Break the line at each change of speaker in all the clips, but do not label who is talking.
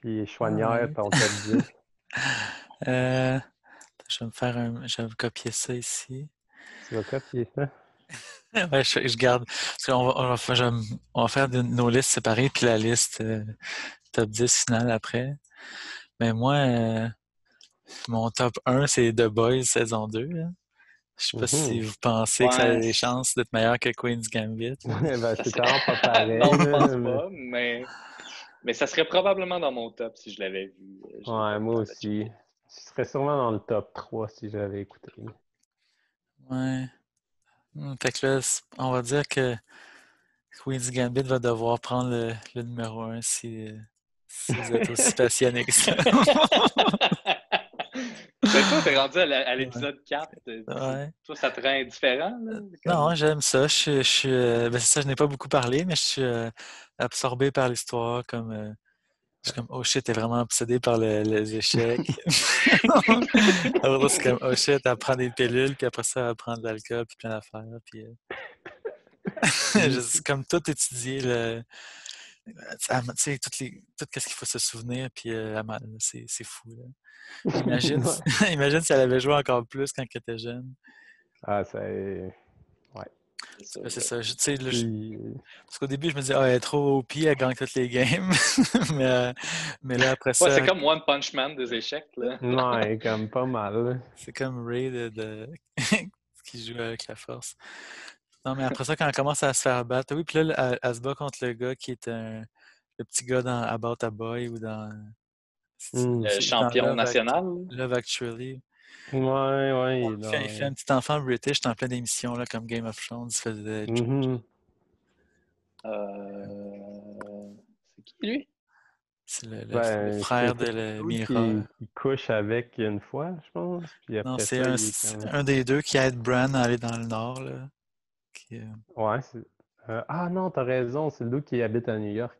puis Chouanière
Ouais.
ton top 10.
Euh, je vais me faire un... Je vais me copier ça ici.
Tu vas copier ça?
Ouais, je, je garde. Parce qu'on va, on va faire, je vais me- on va faire de- nos listes séparées, puis la liste euh, top 10 finale après. Mais moi, euh, mon top 1, c'est The Boys saison 2. là. Je sais pas si
Mhm.
vous pensez que ça a
Ouais.
des chances d'être meilleur que Queen's Gambit.
ben, c'est vraiment pas pareil.
non, je
là,
pense
mais-
pas, mais... mais ça serait probablement dans mon top si je l'avais vu. Euh, je l'ai
Ouais,
pas
moi
eu le temps de
aussi.
checker.
Tu serais sûrement dans le top 3 si j'avais écouté.
Ouais. Hmm, Fait que là, c'est- on va dire que Queen's Gambit va devoir prendre le, le numéro 1 si, euh, si vous êtes aussi passionné que ça.
C'est Ben, toi, t'es rendu à la- à l'épisode 4. euh,
Ouais.
Toi, ça te rend indifférent, là?
Non, j'aime ça. Je, suis- je suis, euh, ben, c'est ça, je n'ai pas beaucoup parlé, mais je suis euh, absorbé par l'histoire. Comme, euh, je suis comme, oh shit, t'es vraiment obsédé par le- les échecs. Alors, c'est comme, oh shit, elle prend des pilules, puis après ça, elle prend de l'alcool, puis plein d'affaires. Puis, euh, je- c'est comme tout étudier, le... tu sais, toutes les- tout ce qu'il faut se souvenir, puis euh, elle m'a- c'est c'est fou. là. Imagine,
Ouais.
imagine si elle avait joué encore plus quand elle était jeune.
Ah, c'est.
C'est
Ben, C'est
ça.
ça, je- tu sais, là, je-
Puis,
Parce qu'au début, je me disais, ah, elle est trop OP, elle gagne toutes les games. mais, euh, mais là, après ça,
Ouais, c'est comme One Punch Man des échecs, là. Euh,
Non, elle est comme pas mal.
c'est comme Ray de, de- qui joue avec la force. Non, mais après ça, quand elle commence à se faire battre, oui, puis là, elle, elle se bat contre le gars qui est un, le petit gars dans About a Boy ou dans.
Mm.
Le
c'est-
champion
dans Love Ac-
national.
Love Actually.
Ouais, ouais.
Il fait, il fait un petit enfant british dans plein d'émissions là, comme Game of Thrones. Il faisait
non. Mhm.
Euh, C'est qui, lui?
c'est le, le-
Ben,
le frère de
c'est-
la
Oui,
Mira.
qui- qui couche avec une fois, je pense. Puis après
Non, c'est
ça, il
un,
est
c'est
comme-
un des deux qui aide Bran à aller dans le nord. Là, qui, euh,
Ouais, c'est- euh, ah non, t'as raison, c'est le loup qui habite à New York.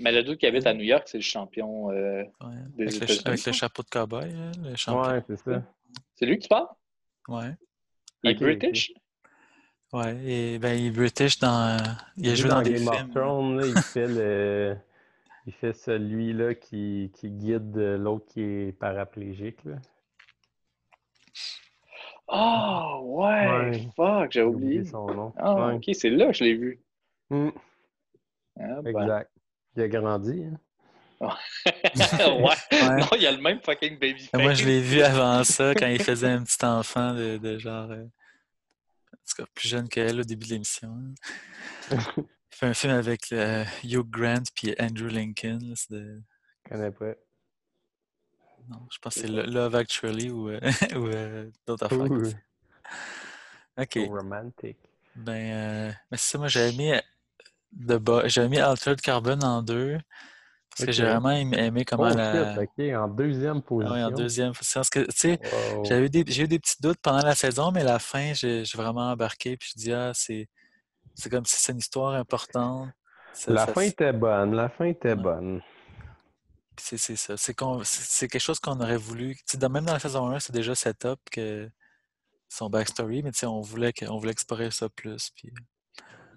Mais le dude qui habite à New York, c'est le champion. euh,
ouais,
Des
avec, le,
États-Unis,
cha- avec le
quoi.
chapeau de cowboy, là, le
Ah,
champion.
Ouais, c'est ça.
C'est lui qui parle?
Ouais.
Il est
Ok, ok.
British?
Ouais, et ben, il est British dans. euh, Il a
Lui,
joué dans, des
Game of
films.
Thrones, là, il fait le. Il fait celui-là qui, qui guide euh, l'autre qui est paraplégique. Là.
Oh, ouais!
Ouais.
Fuck, j'ai
J'ai
oublié.
son nom.
Ah,
Ouais.
ok, c'est là que je l'ai vu.
Mm,
Ah, ben.
exact. Il a grandi. hein.
ouais.
Ouais.
Non, il a le même fucking baby
Ben, Moi, je l'ai vu avant ça, quand il faisait un petit enfant de, de genre. euh, en tout cas, plus jeune qu'elle au début de l'émission. hein. Il fait un film avec euh, Hugh Grant puis Andrew Lincoln. là, c'est de-
Je connais pas.
Non, je pense que c'est Lo- Love Actually ou, euh, ou, euh, d'autres affaires.
Ouh,
comme ça. Ok.
trop romantique.
Ben, euh, mais c'est ça, moi j'avais mis euh, de bas, j'avais mis Altered Carbon en deux parce que j'ai
Ok.
vraiment aimé, aimé comment
Oh,
la
shit, ok, en deuxième
Ah
position.
ouais, en deuxième position. Parce que tu sais,
Wow.
j'avais eu des, j'ai eu des petits doutes pendant la saison, mais à la fin, j'ai j'ai vraiment embarqué puis je dis ah c'est c'est comme si c'est une histoire importante. Ça-
La
ça-
fin était bonne, la fin était
Ouais.
bonne.
c'est c'est ça. C'est qu'on- c'est c'est quelque chose qu'on aurait voulu. Tu sais, dans- même dans la saison 1, c'est déjà setup que son backstory, mais tu sais, on voulait que- on voulait explorer ça plus. Puis...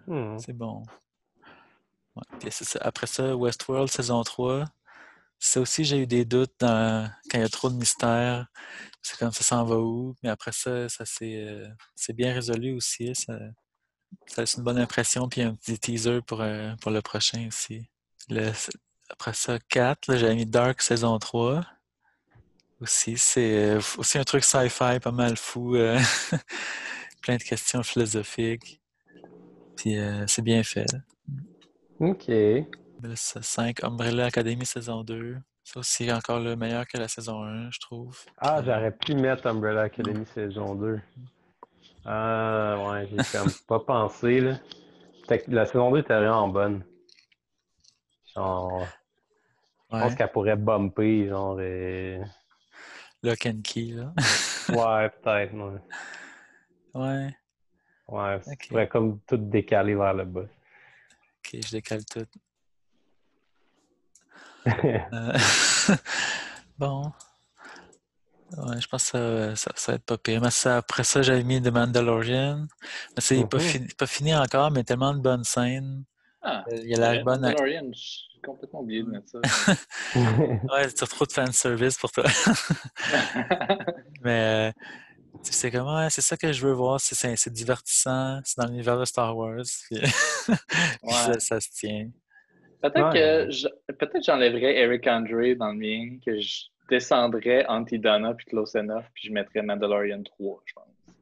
Hmm.
C'est bon. Ouais, puis Hein? c'est ça. Après ça, Westworld saison 3. Ça aussi, j'ai eu des doutes dans- quand il y a trop de mystères. C'est comme ça s'en va où. Mais après ça, ça s'est euh, c'est bien résolu aussi. Ça, ça laisse une bonne impression. Puis un petit teaser pour, euh, pour le prochain aussi. Le- après ça, 4, là, j'avais mis Dark saison 3. Aussi, c'est euh, aussi un truc sci-fi pas mal fou. euh, plein de questions philosophiques. Puis euh, c'est bien fait. là.
Ok.
5, Umbrella Academy saison 2. Ça aussi, encore le meilleur que la saison 1, je trouve.
Ah,
Puis, euh,
j'aurais pu mettre Umbrella Academy saison 2. Ah, ouais, j'ai comme pas pensé, là. Fait que La saison 2 était vraiment bonne. Genre, je pense
ouais,
qu'elle pourrait bumper, genre. et-
Lock and Key, là.
Ouais, peut-être, ouais.
ouais,
Ouais, ça
Ok.
pourrait comme tout décaler vers le bas.
ok, je décale tout.
ouais,
Euh, bon. Ouais, je pense que ça, ça, ça va être pas pire. Mais ça, après ça, j'avais mis The Mandalorian. Mais c'est pas,
Mhm.
fini, pas fini encore, mais tellement de bonnes scènes.
Ah,
Il y a la bonne,
Mandalorian, je- J'ai complètement oublié de mettre ça.
Ouais, tu retrouves de fanservice pour toi. Mais euh, tu sais, c'est comment, c'est ça que je veux voir, c'est- c'est c'est divertissant, c'est dans l'univers de Star Wars, puis puis ça, ça se tient.
Peut-être
Ouais.
que je- peut-être j'enlèverais Eric Andre dans le mien, que je descendrais Antidana puis Close Enough, puis je mettrais Mandalorian 3, je pense.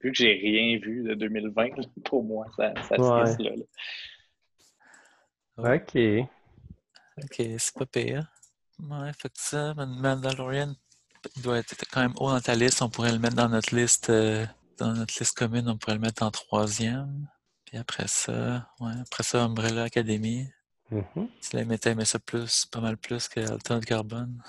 Vu que j'ai rien vu de 2020, là, pour moi, ça, ça se
Ouais.
laisse là. là.
ok.
Ok, c'est pas pire. Ouais, fait que ça, Man- Mandalorian doit être quand même haut dans ta liste. On pourrait le mettre dans notre liste, euh, dans notre liste commune, on pourrait le mettre en troisième. Puis après ça, ouais, après ça, Umbrella Academy.
Mhm.
Tu l'as mettais, mais ça plus, pas mal plus que Alton Carbone.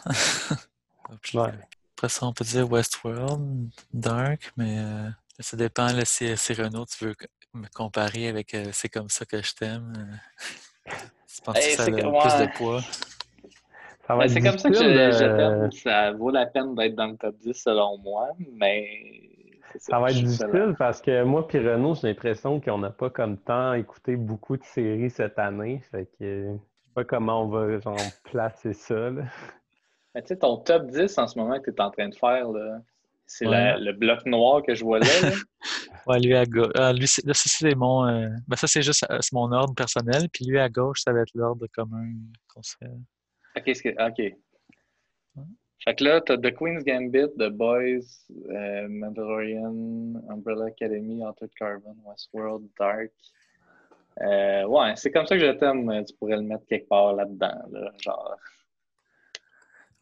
Puis,
Ouais.
euh, Après ça, on peut dire Westworld, Dark, mais euh, ça dépend là, si, si Renaud, tu veux co- me comparer avec euh, C'est comme ça que je t'aime. euh, tu penses
Hey,
que ça a
c'est
le
que-
plus
ouais.
de poids?
Ça
Ben,
va
c'est
être
comme ça que je,
difficile,
je
euh,
t'aime. Ça vaut la peine d'être dans le top 10 selon moi, mais c'est
Ça va
je
être
suis seul.
difficile parce que moi puis Renaud, j'ai l'impression qu'on n'a pas comme tant écouté beaucoup de séries cette année. Fait que je sais pas comment on va genre, placer ça. là.
Mais tu sais, ton top 10 en ce moment que tu es en train de faire, là, c'est
Ouais.
la- le bloc noir que je vois là. là.
Ouais, lui à gauche. Ah, lui, c'est- là, ça, c'est mon. euh, ben, ça, c'est juste euh, c'est mon ordre personnel. Puis lui à gauche, ça va être l'ordre commun qu'on se fait.
Ok, est-ce que- ok. Fait que là, t'as The Queen's Gambit, The Boys, euh, Mandalorian, Umbrella Academy, Altered Carbon, Westworld, Dark. Euh, ouais, c'est comme ça que je t'aime. euh, Tu pourrais le mettre quelque part là-dedans. Là, genre,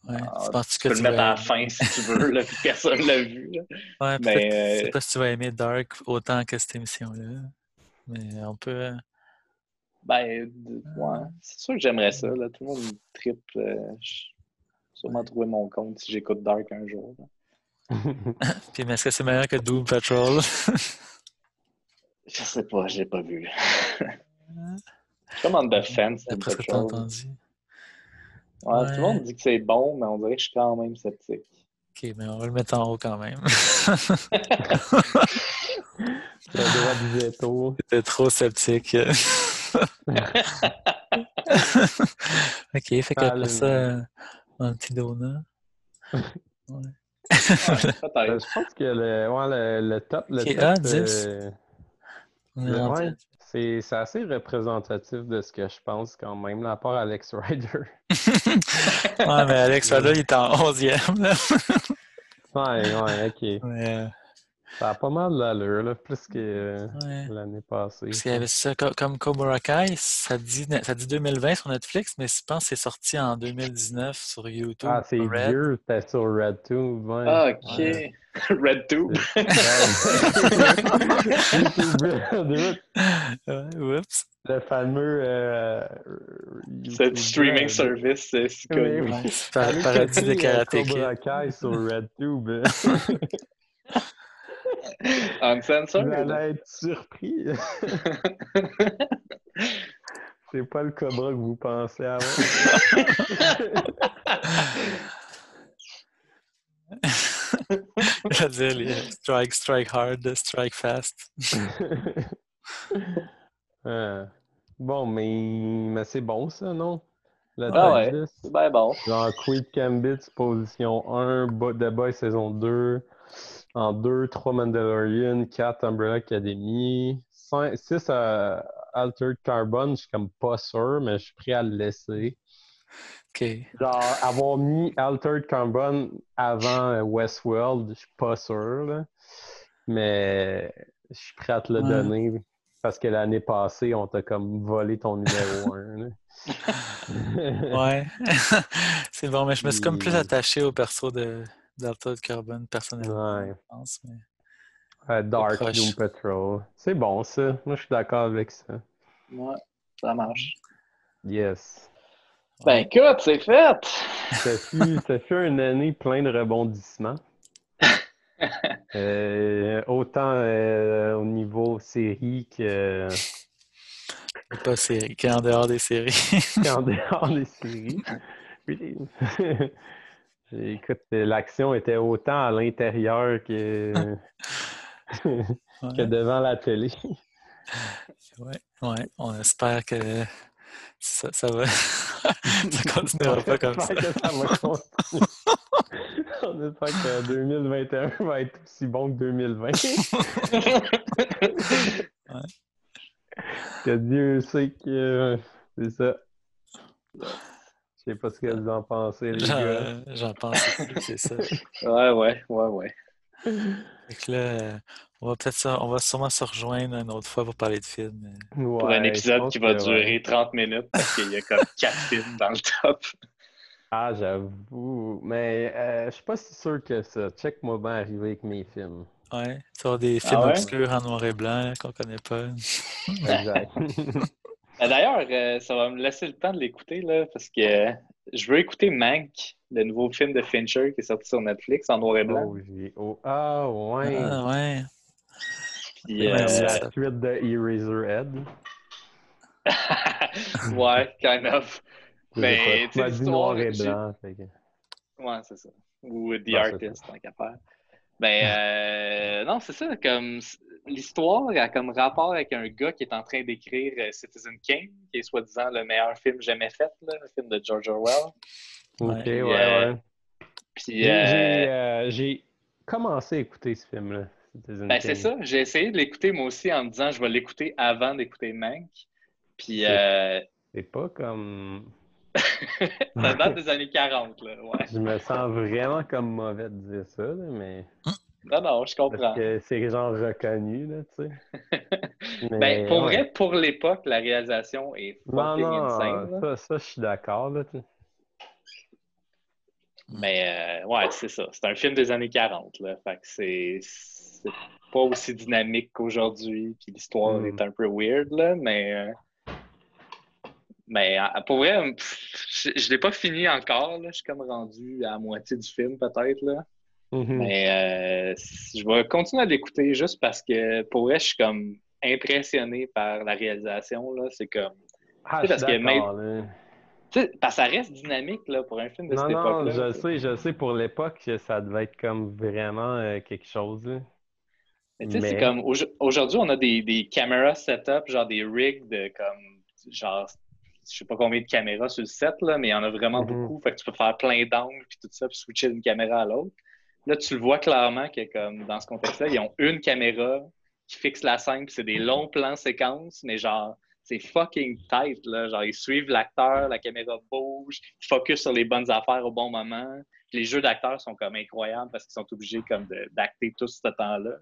Ouais.
Ah,
tu penses
tu
que
peux
tu
le mettre
vas
à la fin si tu veux, là, puis personne l'a vu. là.
Ouais,
mais,
peut-être- Je
euh,
sais pas si tu vas aimer Dark autant que cette émission-là. Mais on peut. euh,
Ben, d- ouais, c'est sûr que j'aimerais ça. Là. Tout le monde me tripe. euh, je- sûrement trouver mon compte si j'écoute Dark un jour. là.
Puis, mais est-ce que c'est meilleur que Doom Patrol?
Je sais pas, j'ai pas vu. Je suis comme en defense.
D'après ce que t'as entendu.
Ouais, Tout le
Ouais.
monde dit que c'est bon, mais on dirait que je suis quand même sceptique.
Ok, mais on va le mettre en haut quand même.
Le droit du veto.
T'es trop sceptique. ok, fait qu'après
Allez.
ça, euh, Antidona.
Ouais,
Euh,
peut-être.
Je pense que le, ouais, le, le top, le
Ok,
top,
ah, 10.
euh,
On est
le-
rendu-
ouais, c'est c'est assez représentatif de ce que je pense quand même, là, à part Alex Ryder.
Ouais, mais Alex, là, il est en 11e. Là.
Ouais, ouais, ok.
Mais,
Ça a pas mal d'allure, là, plus que euh,
ouais.
l'année passée.
Parce qu'il y avait ça, co- comme Cobra Kai, ça dit, ça dit 2020 sur Netflix, mais je pense que c'est sorti en 2019 sur YouTube.
Ah, c'est
sur Red.
vieux, c'était sur RedTube. Ouais.
Ah, ok.
Ouais.
Red Tube.
Ouais.
Ouais, oups.
Le fameux. euh,
Ce
YouTuber,
petit streaming
euh,
service, c'est c'est
Oui,
connu.
oui.
Ouais, c'est par-
Allez
paradis
checker,
de
euh,
karaté. Kid.
Cobra Kai sur RedTube.
Uncensored.
Vous allez être surpris. C'est pas le Cobra que vous pensez avoir.
Je veux dire, les euh, strike, strike hard, strike fast.
Euh, bon, mais, mais c'est bon ça, non? Le
Ah
top
ouais.
10.
C'est bien bon.
Genre Creed Cambit, position 1, Bo- The Boys saison 2, en 2, 3 Mandalorian, 4 Umbrella Academy, 6 Altered Carbon, je suis comme pas sûr, mais je suis prêt à le laisser.
Ok.
Genre, avoir mis Altered Carbon avant euh, Westworld, je suis pas sûr, là. mais je suis prêt à te le
Ouais.
donner parce que l'année passée, on t'a comme volé ton numéro 1.
Ouais. c'est bon, mais je me suis comme plus
Puis-
attaché au perso de d'Alta de Carbon personnellement,
Ouais.
je pense. mais-
Euh, Dark
Proche.
Doom Patrol. C'est bon, ça. Moi, je suis d'accord avec ça.
Ouais, ça marche.
Yes.
Ben écoute, c'est fait!
Ça fut, ça fut une année plein de rebondissements. Euh, autant euh, au niveau série que
C'est pas série, qui est en dehors des séries.
qu'en dehors des séries. Oui. Écoute, l'action était autant à l'intérieur que, que
Ouais,
devant la télé.
ouais, ouais. On espère que Ça, ça va. ça continuera pas comme ça.
J'espère que ça va continuer. On espère que 2021 va être aussi bon que 2020. Que Dieu sait que euh, c'est ça. Je sais pas ce que vous en pensez, les gars.
J'en- J'en pense plus, c'est ça.
ouais, ouais, ouais, ouais.
Fait que là, euh, on va peut-être ça- on va sûrement se rejoindre une autre fois pour parler de films. mais-
Pour un épisode qui va durer 30 minutes parce qu'il y a comme 4 films dans le top.
Ah, j'avoue. Mais euh, je suis pas si sûr que ça. Check-moi bien arriver avec mes films.
Ouais, tu vas avoir des films
Ah ouais?
obscurs en noir et blanc là, qu'on connaît pas.
Exact.
Euh, D'ailleurs, euh, ça va me laisser le temps de l'écouter là, parce que euh, je veux écouter Mank, le nouveau film de Fincher qui est sorti sur Netflix en noir et blanc.
oh, j'ai- oh, ah, ouais.
Ah ouais.
Puis, euh,
Merci.
La suite de Eraserhead.
ouais, kind of. Ben, tu sais,
M'a dit noir et
l'histoire,
blanc. fait que-
Ouais, c'est ça. Ou euh, The
Ouais, c'est
Artist, tant qu'à faire. Ben, euh, non, c'est ça. Comme c- l'histoire a comme rapport avec un gars qui est en train d'écrire euh, Citizen King, qui est soi-disant le meilleur film jamais fait, là, le film de George Orwell.
Ouais.
Ok, ouais,
Yeah.
ouais.
Puis,
J'ai-
euh,
J'ai euh, j'ai commencé à écouter ce film-là. Citizen
Ben, c'est
Kane.
ça. J'ai essayé de l'écouter moi aussi en me disant je vais l'écouter avant d'écouter Mank. Puis
C'est-
euh,
C'est pas comme.
ça date des années 40, là. Ouais.
Je me sens vraiment comme mauvais de dire ça, là, mais.
Non, non, je comprends.
Parce que c'est genre reconnu, là, tu sais.
Ben, pour
ouais.
vrai, pour l'époque, la réalisation est
Non,
fucking insane.
non,
là.
ça, ça, je suis d'accord, là, tu sais.
Mais euh, ouais, c'est ça. C'est un film des années 40, là. Fait que c'est c'est pas aussi dynamique qu'aujourd'hui. Puis l'histoire
Mm.
est un peu weird, là. Mais, euh, mais euh, pour vrai, pff, je, je l'ai pas fini encore, là. Je suis comme rendu à la moitié du film, peut-être, là.
Mhm.
Mais euh, je vais continuer à l'écouter juste parce que pour vrai, je suis comme impressionné par la réalisation. Là. C'est comme.
Ah,
tu sais,
je
parce
suis
que
d'accord, là.
Tu sais, parce que ça reste dynamique là, pour un film de
Non,
cette
non,
époque-là.
je sais, je sais, pour l'époque, que ça devait être comme vraiment euh, quelque chose, là.
Mais tu sais, c'est
mais-
comme. au- Aujourd'hui, on a des, des caméras set-up, genre des rigs de comme. Genre, je sais pas combien de caméras sur le set, là, mais il y en a vraiment
Mhm.
beaucoup. Fait que tu peux faire plein d'angles puis tout ça, puis switcher d'une caméra à l'autre. Là, tu le vois clairement que, comme dans ce contexte-là, ils ont une caméra qui fixe la scène, puis c'est des longs plans séquences, mais genre, c'est fucking tight, là. Genre, ils suivent l'acteur, la caméra bouge, ils focus sur les bonnes affaires au bon moment. Puis les jeux d'acteurs sont comme incroyables parce qu'ils sont obligés comme de- d'acter tout ce temps-là.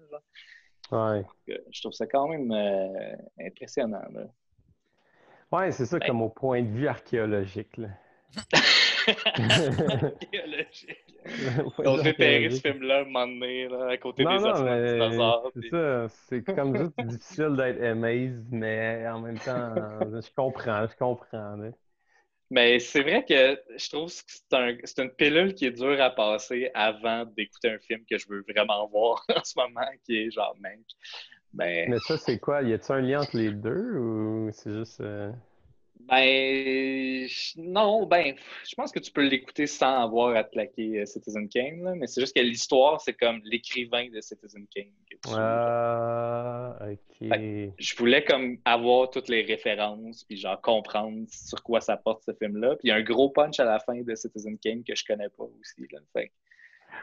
là.
Ouais.
Euh, Je trouve ça quand même euh, impressionnant, là.
Ouais, c'est ça,
Ben.
comme au point de vue archéologique, là. Point de
On
vue
repéré ce
archéologique.
film-là un moment donné, là, à côté
Non,
des
non,
ossements de
mais
dinosaures.
c'est
puis-
ça. C'est comme juste difficile d'être amazed, mais en même temps, je comprends, je comprends. là.
Mais c'est vrai que je trouve que c'est un- c'est une pilule qui est dure à passer avant d'écouter un film que je veux vraiment voir en ce moment, qui est genre Mank. Ben,
Mais ça, c'est quoi? Y a-t-il un lien entre les deux ou c'est juste. euh,
ben, je- non, ben, je pense que tu peux l'écouter sans avoir à te claquer euh, Citizen Kane, là, mais c'est juste que l'histoire, c'est comme l'écrivain de Citizen Kane. que tu suis, là.
Ah, ok.
je voulais comme avoir toutes les références puis genre comprendre sur quoi ça porte ce film là puis il y a un gros punch à la fin de Citizen Kane que je connais pas aussi là fait que,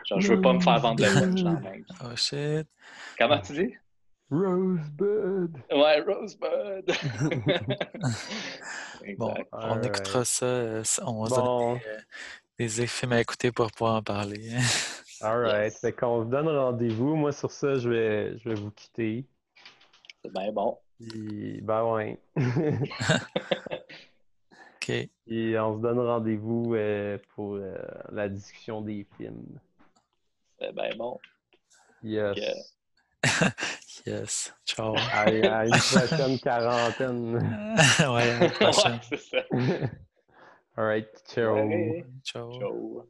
genre je veux pas me faire vendre le punch là même
Oh shit.
comment tu dis
Rosebud!
ouais Rosebud Exact.
Bon, on
Alright.
écoutera ça. euh, ça- On va se donner euh,
Bon,
des films à écouter pour pouvoir en parler.
alright.
Yes.
Fait qu'on vous donne rendez-vous. Moi, sur ça, je vais, je vais vous quitter.
c'est bien bon
Puis, ben ouais.
OK.
Puis, on se donne rendez-vous euh, pour euh, la discussion des films.
c'est bien bon
Yes.
Yeah.
Yes. Ciao.
À, à une prochaine quarantaine.
ouais, à la
ouais
prochaine.
c'est ça
All right, ciao.
Ouais.
Ciao.
Ciao.